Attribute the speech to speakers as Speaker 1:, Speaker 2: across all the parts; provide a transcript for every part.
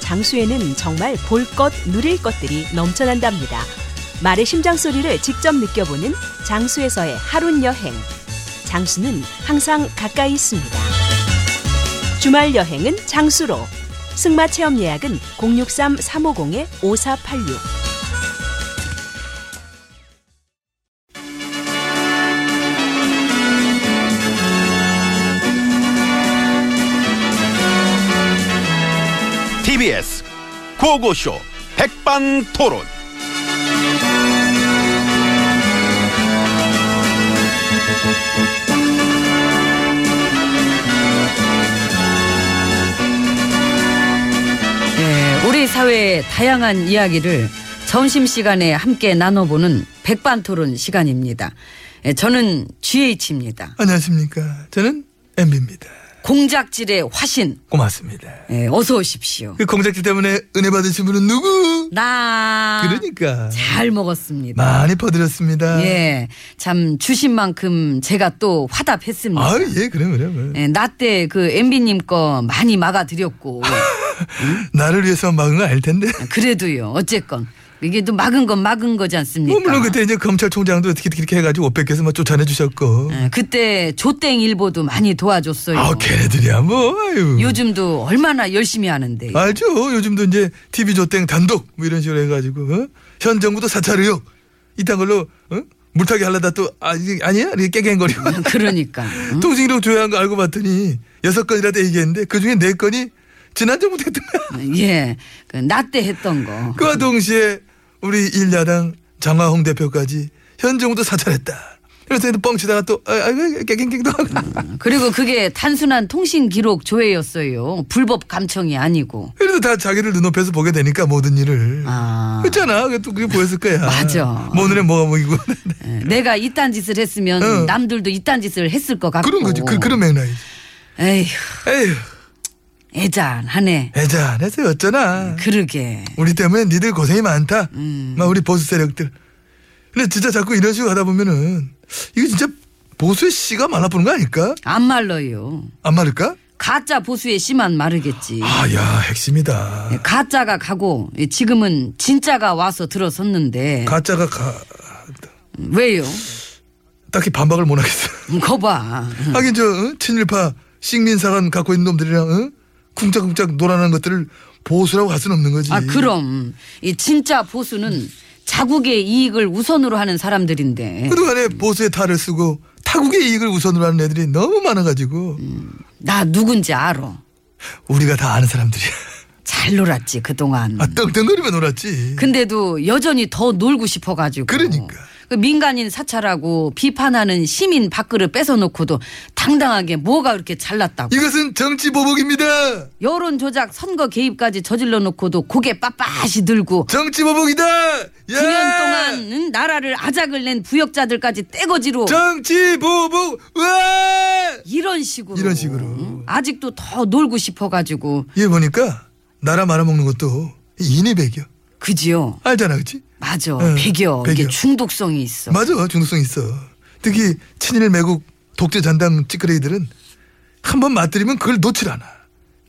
Speaker 1: 장수에는 정말 볼 것, 누릴 것들이 넘쳐난답니다. 말의 심장 소리를 직접 느껴보는 장수에서의 하룬 여행. 장수는 항상 가까이 있습니다. 주말 여행은 장수로. 승마 체험 예약은 063-350-5486.
Speaker 2: TBS 고고쇼 백반토론.
Speaker 3: 예, 우리 사회의 다양한 이야기를 점심시간에 함께 나눠보는 백반토론 시간입니다. 예, 저는 GH입니다.
Speaker 4: 안녕하십니까. 저는 MB입니다.
Speaker 3: 공작질의 화신.
Speaker 4: 고맙습니다.
Speaker 3: 예, 어서 오십시오.
Speaker 4: 그 공작지 때문에 은혜 받으신 분은 누구?
Speaker 3: 나.
Speaker 4: 그러니까.
Speaker 3: 잘 먹었습니다.
Speaker 4: 많이 퍼드렸습니다.
Speaker 3: 예, 참 주신 만큼 제가 또 화답했습니다.
Speaker 4: 아유, 예, 그래, 그래. 그래.
Speaker 3: 예, 나때 그 MB님 거 많이 막아드렸고.
Speaker 4: 나를 위해서 막은 건 아닐 텐데.
Speaker 3: 그래도요, 어쨌건. 이게 또 막은 건 막은 거지 않습니까?
Speaker 4: 뭐, 물론 그때 이제 검찰총장도 어떻게 이렇게 해가지고 오백께서 막 쫓아내 주셨고.
Speaker 3: 예, 그때 조땡 일보도 많이 도와줬어요.
Speaker 4: 아우, 걔네들이야, 뭐, 아유.
Speaker 3: 요즘도 얼마나 열심히 하는데.
Speaker 4: 아.
Speaker 3: 요
Speaker 4: 알죠. 요즘도 이제 TV 조땡 단독 뭐 이런 식으로 해가지고 어? 현 정부도 사찰 의혹 이딴 걸로 어? 물타기 하려다 또 아, 이게 아니야 이렇게 깨갱거리고
Speaker 3: 그러니까. 응?
Speaker 4: 음? 통신기록 조회한 거 알고 봤더니 여섯 건이라도 얘기했는데 그 중에 네 건이 지난 정부 했던 거야.
Speaker 3: 예. 그나때 했던 거.
Speaker 4: 그와 동시에 우리 일야당 장화홍 대표까지 현 정부도 사찰했다. 그래서 얘도 뻥치다가 또 아, 아이고 깨갱갱도 하고
Speaker 3: 그리고 그게 단순한 통신 기록 조회였어요. 불법 감청이 아니고.
Speaker 4: 그래도 다 자기를 눈앞에서 보게 되니까 모든 일을.
Speaker 3: 아.
Speaker 4: 그렇잖아. 그게 또 그게 보였을 거야.
Speaker 3: 맞아.
Speaker 4: 뭐 눈에 뭐가 보이고.
Speaker 3: 예, 내가 이딴 짓을 했으면
Speaker 4: 어.
Speaker 3: 남들도 이딴 짓을 했을 것 같고.
Speaker 4: 그런 거지. 그, 그런 맥락이지.
Speaker 3: 에휴,
Speaker 4: 에휴,
Speaker 3: 애잔하네.
Speaker 4: 애잔해서
Speaker 3: 음.
Speaker 4: 어쩌나.
Speaker 3: 그러게.
Speaker 4: 우리 때문에 니들 고생이 많다.
Speaker 3: 음.
Speaker 4: 막 우리 보수 세력들. 근데 진짜 자꾸 이런 식으로 하다 보면은 이거 진짜 보수의 씨가 말라보는 거 아닐까?
Speaker 3: 안 말러요.
Speaker 4: 안 말일까?
Speaker 3: 가짜 보수의 씨만 마르겠지.
Speaker 4: 아야 핵심이다.
Speaker 3: 예, 가짜가 가고 예, 지금은 진짜가 와서 들어섰는데
Speaker 4: 가짜가 가
Speaker 3: 왜요? 음,
Speaker 4: 딱히 반박을 못 하겠어.
Speaker 3: 거봐.
Speaker 4: 하긴 저 어? 친일파 식민사관 갖고 있는 놈들이랑 어? 쿵짝쿵짝 놀아나는 것들을 보수라고 할 수는 없는 거지.
Speaker 3: 아 그럼 이 진짜 보수는 자국의 이익을 우선으로 하는 사람들인데
Speaker 4: 그동안에 보수의 탈을 쓰고 타국의 이익을 우선으로 하는 애들이 너무 많아가지고
Speaker 3: 음. 나 누군지 알아.
Speaker 4: 우리가 다 아는 사람들이야.
Speaker 3: 잘 놀았지 그동안.
Speaker 4: 아 떵떵거리며 놀았지.
Speaker 3: 근데도 여전히 더 놀고 싶어가지고.
Speaker 4: 음. 그러니까.
Speaker 3: 그 민간인 사찰하고 비판하는 시민 밥그릇 뺏어놓고도 당당하게 뭐가 그렇게 잘났다고.
Speaker 4: 이것은 정치 보복입니다.
Speaker 3: 여론 조작 선거 개입까지 저질러 놓고도 고개 빳빳이 들고
Speaker 4: 정치 보복이다. 예!
Speaker 3: 9년 동안 응? 나라를 아작을 낸 부역자들까지 떼거지로
Speaker 4: 정치 보복. 와!
Speaker 3: 이런 식으로
Speaker 4: 이런 식으로.
Speaker 3: 응? 아직도 더 놀고 싶어가지고
Speaker 4: 얘 보니까 나라 말아먹는 것도 인이백이야.
Speaker 3: 그지요
Speaker 4: 알잖아, 그렇지?
Speaker 3: 맞아
Speaker 4: 응,
Speaker 3: 배겨
Speaker 4: 예, 배겨.
Speaker 3: 이게 중독성이 있어
Speaker 4: 맞아, 중독성 있어. 특히 친일 매국 독재 잔당 찌끄레이들은 한 번 맞들이면 그걸 놓질 않아.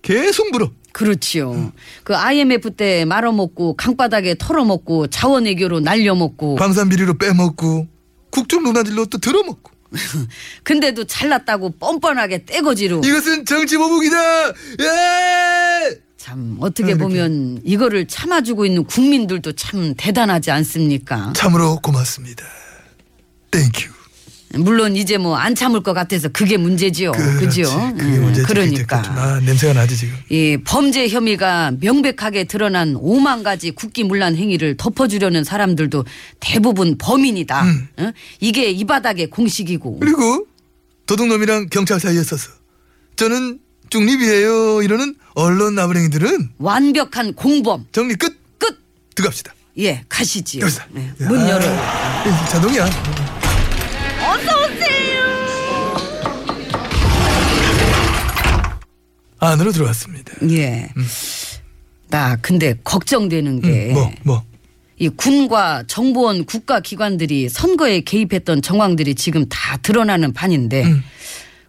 Speaker 4: 계속 물어.
Speaker 3: 그렇지요 그 IMF 때 말아먹고 강바닥에 털어먹고 자원외교로 날려먹고
Speaker 4: 방산 비리로 빼먹고 국정 농단질로 또 들어먹고.
Speaker 3: 근데도 잘났다고 뻔뻔하게 떼거지로
Speaker 4: 이것은 정치 보복이다. 예!
Speaker 3: 참 어떻게
Speaker 4: 이렇게.
Speaker 3: 보면 이거를 참아주고 있는 국민들도 참 대단하지 않습니까?
Speaker 4: 참으로 고맙습니다. 땡큐.
Speaker 3: 물론 이제 뭐 안 참을 것 같아서 그게 문제지요. 그죠?
Speaker 4: 그게
Speaker 3: 음,
Speaker 4: 문제지.
Speaker 3: 그러니까.
Speaker 4: 그때까지. 아, 냄새가 나지 지금.
Speaker 3: 이 범죄 혐의가 명백하게 드러난 오만 가지 국기문란 행위를 덮어주려는 사람들도 대부분 범인이다. 어? 이게 이 바닥의 공식이고.
Speaker 4: 음. 그리고 도둑놈이랑 경찰 사이에 서서 저는 중립이에요 이러는 언론 나부랭이들은
Speaker 3: 완벽한 공범.
Speaker 4: 정리 끝
Speaker 3: 끝!
Speaker 4: 들어갑시다.
Speaker 3: 예, 가시지요.
Speaker 4: 여기서.
Speaker 3: 예, 문
Speaker 4: 야. 아.
Speaker 3: 열어요.
Speaker 4: 이 자동이야. 안으로 들어왔습니다.
Speaker 3: 예. 나 근데 걱정되는 게.
Speaker 4: 음. 뭐 뭐.
Speaker 3: 이 군과 정보원 국가기관들이 선거에 개입했던 정황들이 지금 다 드러나는 판인데
Speaker 4: 음.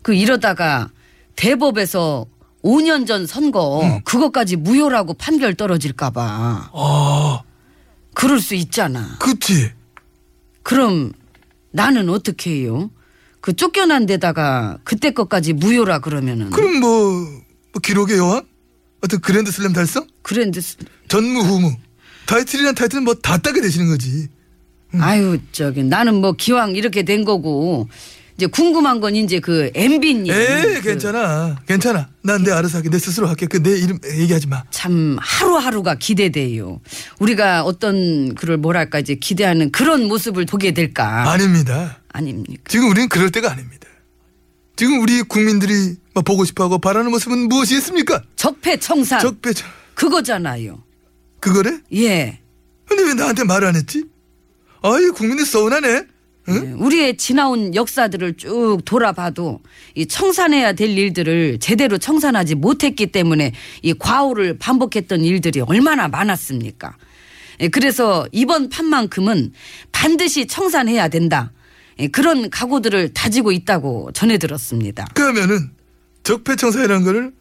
Speaker 3: 그 이러다가 대법에서 5년 전 선거
Speaker 4: 음.
Speaker 3: 그것까지 무효라고 판결 떨어질까봐
Speaker 4: 아
Speaker 3: 그럴 수 있잖아.
Speaker 4: 그치.
Speaker 3: 그럼 나는 어떻게 해요? 그 쫓겨난 데다가 그때 것까지 무효라 그러면은
Speaker 4: 그럼 뭐, 뭐 기록의 여왕? 어떤 그랜드슬램 달성?
Speaker 3: 그랬는데
Speaker 4: 전무후무. 타이틀이란 타이틀은 뭐 다 따게 되시는 거지.
Speaker 3: 아유 저기 나는 뭐 기왕 이렇게 된 거고 이제 궁금한 건 이제 그 엠비님 그
Speaker 4: 에이 괜찮아 괜찮아 난 내 알아서 할게 내 스스로 할게 그 내 이름 얘기하지 마
Speaker 3: 참 하루하루가 기대돼요. 우리가 어떤 그를 뭐랄까 이제 기대하는 그런 모습을 보게 될까?
Speaker 4: 아닙니다
Speaker 3: 아니, 닙니까
Speaker 4: 지금 우리는 그럴 때가 아닙니다 지금 우리 국민들이 막 보고 싶어하고 바라는 모습은 무엇이겠습니까
Speaker 3: 적폐청산
Speaker 4: 적배자
Speaker 3: 그거잖아요.
Speaker 4: 그거래
Speaker 3: 예.
Speaker 4: 근데 왜 나한테 말 안 했지 아이 국민이 서운하네
Speaker 3: 예. 우리의 지나온 역사들을 쭉 돌아봐도 이 청산해야 될 일들을 제대로 청산하지 못했기 때문에 이 과오를 반복했던 일들이 얼마나 많았습니까? 예, 그래서 이번 판만큼은 반드시 청산해야 된다. 예, 그런 각오들을 다지고 있다고 전해 들었습니다.
Speaker 4: 그러면은 적폐청산이라는 거를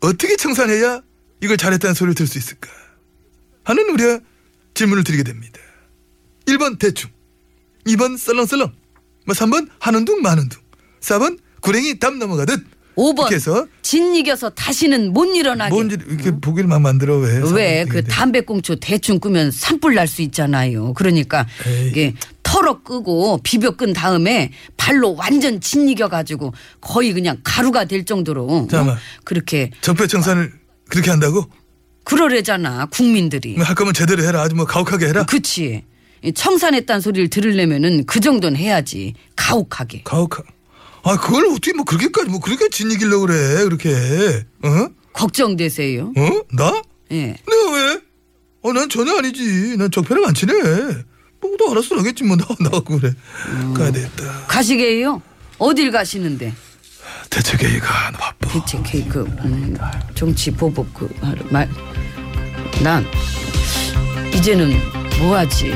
Speaker 4: 어떻게 청산해야 이걸 잘했다는 소리를 들 수 있을까 하는 우리가 질문을 드리게 됩니다. 1번 대충, 2번 썰렁썰렁, 뭐 3번 하는 둥 마는 둥, 4번 구랭이 담 넘어가듯
Speaker 3: 5번
Speaker 4: 이렇게 해서
Speaker 3: 진 이겨서 다시는 못 일어나게
Speaker 4: 뭔지 이렇게 보기를 막 만들어 왜?
Speaker 3: 음. 왜 그
Speaker 4: 사람들이.
Speaker 3: 담배꽁초 대충 끄면 산불 날 수 있잖아요 그러니까
Speaker 4: 에이.
Speaker 3: 이게 털어 끄고 비벼 끈 다음에 발로 완전 진 이겨 가지고 거의 그냥 가루가 될 정도로
Speaker 4: 잠깐만.
Speaker 3: 어? 그렇게
Speaker 4: 적폐청산을 그렇게 한다고?
Speaker 3: 그러래잖아 국민들이 어,
Speaker 4: 할 거면 제대로 해라 아주 뭐 가혹하게 해라.
Speaker 3: 예. 그치 이 청산했단 소리를 들으려면은 그 정도는 해야지 가혹하게
Speaker 4: 가혹하. 아 그걸 어떻게 뭐 그렇게까지 뭐 그렇게 진이길려 그래 그렇게? 어?
Speaker 3: 걱정되세요
Speaker 4: 어? 나?
Speaker 3: 예
Speaker 5: 네,
Speaker 4: 내가 왜?
Speaker 5: 아,
Speaker 4: 어, 난 전혀 아니지. 난 적폐랑 안 친해. 뭐, 나 알아서 나겠지, 뭐. 나, 나가고 그래. 가야 되겠다.
Speaker 3: 가시게요 어딜 가시는데
Speaker 4: 대책회의가 나 바빠.
Speaker 3: 대체 케이크 음, 정치 보복 그, 그말난 이제는 뭐하지?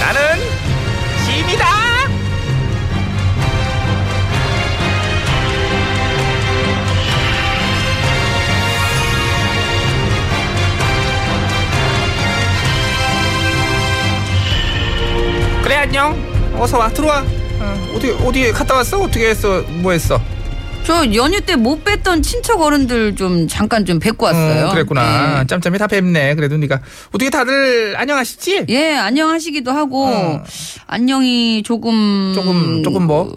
Speaker 5: 나는 짐이다. 그래 안녕. 어서 와 들어와. 어, 어디 어디 갔다 왔어? 어떻게 했어? 뭐 했어?
Speaker 3: 저 연휴 때 못 뵀던 친척 어른들 좀 잠깐 좀 뵙고 왔어요.
Speaker 5: 어, 그랬구나. 짬짬이 다 뵙네. 그래도 네가 어떻게 다들 안녕하시지?
Speaker 3: 예, 예, 안녕하시기도 하고
Speaker 5: 어.
Speaker 3: 안녕이 조금
Speaker 5: 조금 조금 뭐? 어.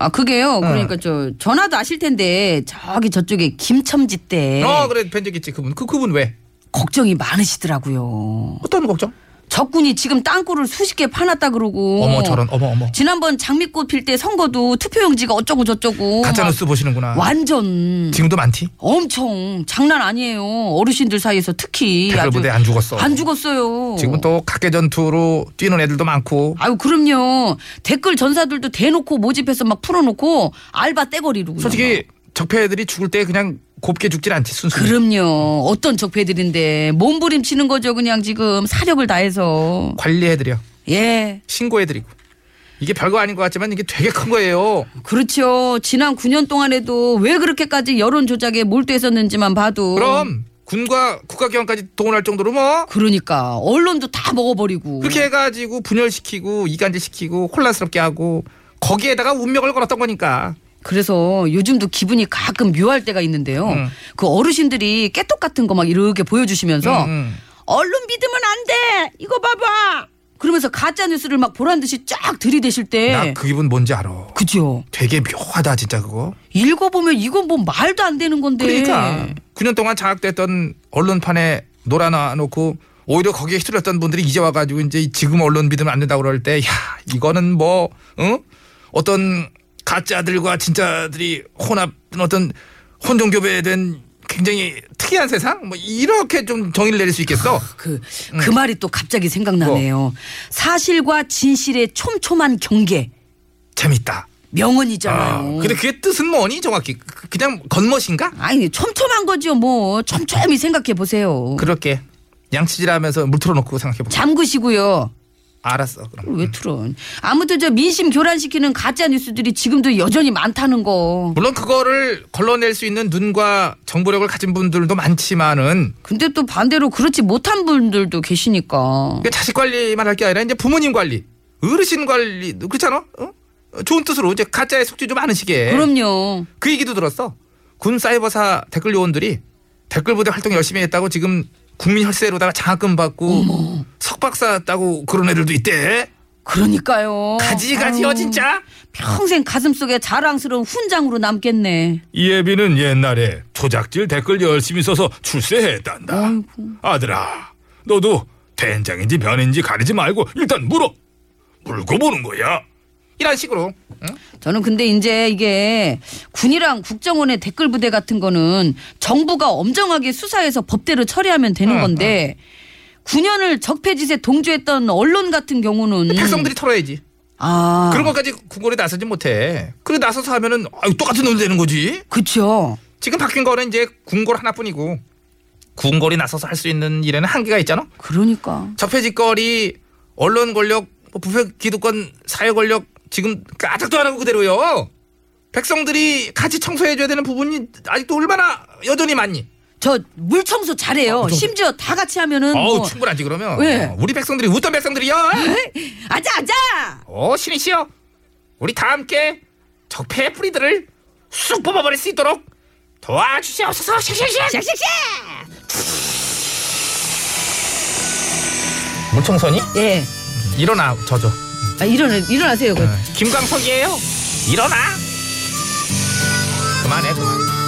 Speaker 3: 아 그게요. 그러니까 저 전화도 아실 텐데 저기 저쪽에 김첨지 때
Speaker 5: 어 그래 뵌적 있지 그분. 그 그분 왜?
Speaker 3: 걱정이 많으시더라고요.
Speaker 5: 어떤 걱정?
Speaker 3: 적군이 지금 땅굴을 수십 개 파놨다 그러고
Speaker 5: 어머 저런 어머 어머.
Speaker 3: 지난번 장미꽃 필 때 선거도 투표용지가 어쩌고 저쩌고
Speaker 5: 가짜
Speaker 3: 막
Speaker 5: 뉴스 보시는구나.
Speaker 3: 완전
Speaker 5: 지금도 많지?
Speaker 3: 엄청 장난 아니에요 어르신들 사이에서 특히
Speaker 5: 댓글
Speaker 3: 아주
Speaker 5: 부대 안 죽었어.
Speaker 3: 안 죽었어요
Speaker 5: 지금 또 각계 전투로 뛰는 애들도 많고.
Speaker 3: 아유 그럼요 댓글 전사들도 대놓고 모집해서 막 풀어놓고 알바 떼거리로 그냥 막.
Speaker 5: 솔직히 적폐 애들이 죽을 때 그냥 곱게 죽진 않지 순수.
Speaker 3: 그럼요 어떤 적폐들인데 몸부림치는 거죠 그냥 지금 사력을 다해서
Speaker 5: 관리해드려
Speaker 3: 예
Speaker 5: 신고해드리고
Speaker 4: 이게 별거 아닌 것 같지만 이게 되게 큰 거예요.
Speaker 3: 그렇죠. 지난 9년 동안에도 왜 그렇게까지 여론 조작에 몰두했었는지만 봐도
Speaker 4: 그럼 군과 국가기관까지 동원할 정도로 뭐
Speaker 3: 그러니까 언론도 다 먹어버리고
Speaker 4: 그렇게 해가지고 분열시키고 이간질시키고 혼란스럽게 하고 거기에다가 운명을 걸었던 거니까
Speaker 3: 그래서 요즘도 기분이 가끔 묘할 때가 있는데요.
Speaker 4: 음.
Speaker 3: 그 어르신들이 깨똑 같은 거 막 이렇게 보여주시면서
Speaker 4: 음, 음.
Speaker 3: 언론 믿으면 안 돼. 이거 봐봐. 그러면서 가짜 뉴스를 막 보란 듯이 쫙 들이대실
Speaker 4: 나
Speaker 3: 때
Speaker 4: 그 기분 뭔지 알아.
Speaker 3: 그죠.
Speaker 4: 되게 묘하다 진짜 그거.
Speaker 3: 읽어보면 이건 뭐 말도 안 되는 건데.
Speaker 4: 그러니까
Speaker 3: 네.
Speaker 4: 9년 동안 자학됐던 언론판에 놀아놔놓고 오히려 거기에 휘둘렸던 분들이 이제 와가지고 이제 지금 언론 믿으면 안 된다고 그럴 때 야 이거는 뭐 응? 어떤 가짜들과 진짜들이 혼합 어떤 혼종교배된 굉장히 특이한 세상 뭐 이렇게 좀 정의를 내릴 수 있겠어
Speaker 3: 그,
Speaker 4: 음.
Speaker 3: 그 말이 또 갑자기 생각나네요.
Speaker 4: 뭐?
Speaker 3: 사실과 진실의 촘촘한 경계.
Speaker 4: 재밌다
Speaker 3: 명언이잖아요.
Speaker 4: 어, 근데 그게 뜻은 뭐니 정확히 그- 그냥 겉멋인가
Speaker 3: 아니, 촘촘한 거죠, 뭐. 촘촘히 생각해 보세요.
Speaker 4: 그렇게 양치질하면서 물 틀어놓고 생각해보자
Speaker 3: 잠그시고요.
Speaker 4: 알았어 그럼
Speaker 3: 왜 틀은? 아무튼 저 민심 교란시키는 가짜 뉴스들이 지금도 여전히 많다는 거.
Speaker 4: 물론 그거를 걸러낼 수 있는 눈과 정보력을 가진 분들도 많지만은
Speaker 3: 근데 또 반대로 그렇지 못한 분들도 계시니까.
Speaker 4: 그 자식 관리만 할 게 아니라 이제 부모님 관리, 어르신 관리도 그렇잖아. 어? 좋은 뜻으로 이제 가짜에 속지 좀 않으시게.
Speaker 3: 그럼요.
Speaker 4: 그 얘기도 들었어. 군 사이버사 댓글 요원들이 댓글 부대 활동 열심히 했다고 지금 국민 혈세로다가 장학금 받고 석박사 따고 그런 애들도 있대.
Speaker 3: 그러니까요.
Speaker 4: 가지가지여
Speaker 3: 어, 아유,
Speaker 4: 진짜.
Speaker 3: 평생 가슴속에 자랑스러운 훈장으로 남겠네.
Speaker 6: 이예비는 옛날에 조작질 댓글 열심히 써서 출세했단다. 아들아, 너도 된장인지 변인지 가리지 말고 일단 물어. 물고 보는 거야.
Speaker 4: 이런 식으로.
Speaker 3: 음. 저는 근데 이제 이게 군이랑 국정원의 댓글 부대 같은 거는 정부가 엄정하게 수사해서 법대로 처리하면 되는 건데 9년을 적폐짓에 동조했던 언론 같은 경우는
Speaker 4: 백성들이 털어야지.
Speaker 3: 아
Speaker 4: 그런 것까지 국골에 나서지 못해. 그래 나서서 하면은 아유 똑같은 놈 되는 거지.
Speaker 3: 그쵸
Speaker 4: 지금 바뀐 거는 이제 궁궐 하나뿐이고 궁궐이 나서서 할 수 있는 일에는 한계가 있잖아.
Speaker 3: 그러니까
Speaker 4: 적폐짓거리, 언론 권력, 뭐 부패 기득권, 사회 권력 지금 까딱도 안 하고 그대로요. 백성들이 같이 청소해줘야 되는 부분이 아직도 얼마나 여전히 많니?
Speaker 3: 저 물청소 잘해요 심지어 다 같이 하면은
Speaker 4: 어우
Speaker 3: 뭐
Speaker 4: 충분하지 그러면.
Speaker 3: 왜?
Speaker 4: 어, 우리 백성들이 웃던 백성들이요.
Speaker 3: 아자 아자
Speaker 4: 어 신이시여, 우리 다 함께 적폐의 뿌리들을 쑥 뽑아버릴 수 있도록 도와주시옵소서. 샥샥샥.
Speaker 3: 샥샥샥
Speaker 4: 물청선이
Speaker 3: 예
Speaker 4: 일어나 저저.
Speaker 3: 아, 일어나, 일어나세요 그
Speaker 4: 김광석이에요. 일어나. 그만해 그만.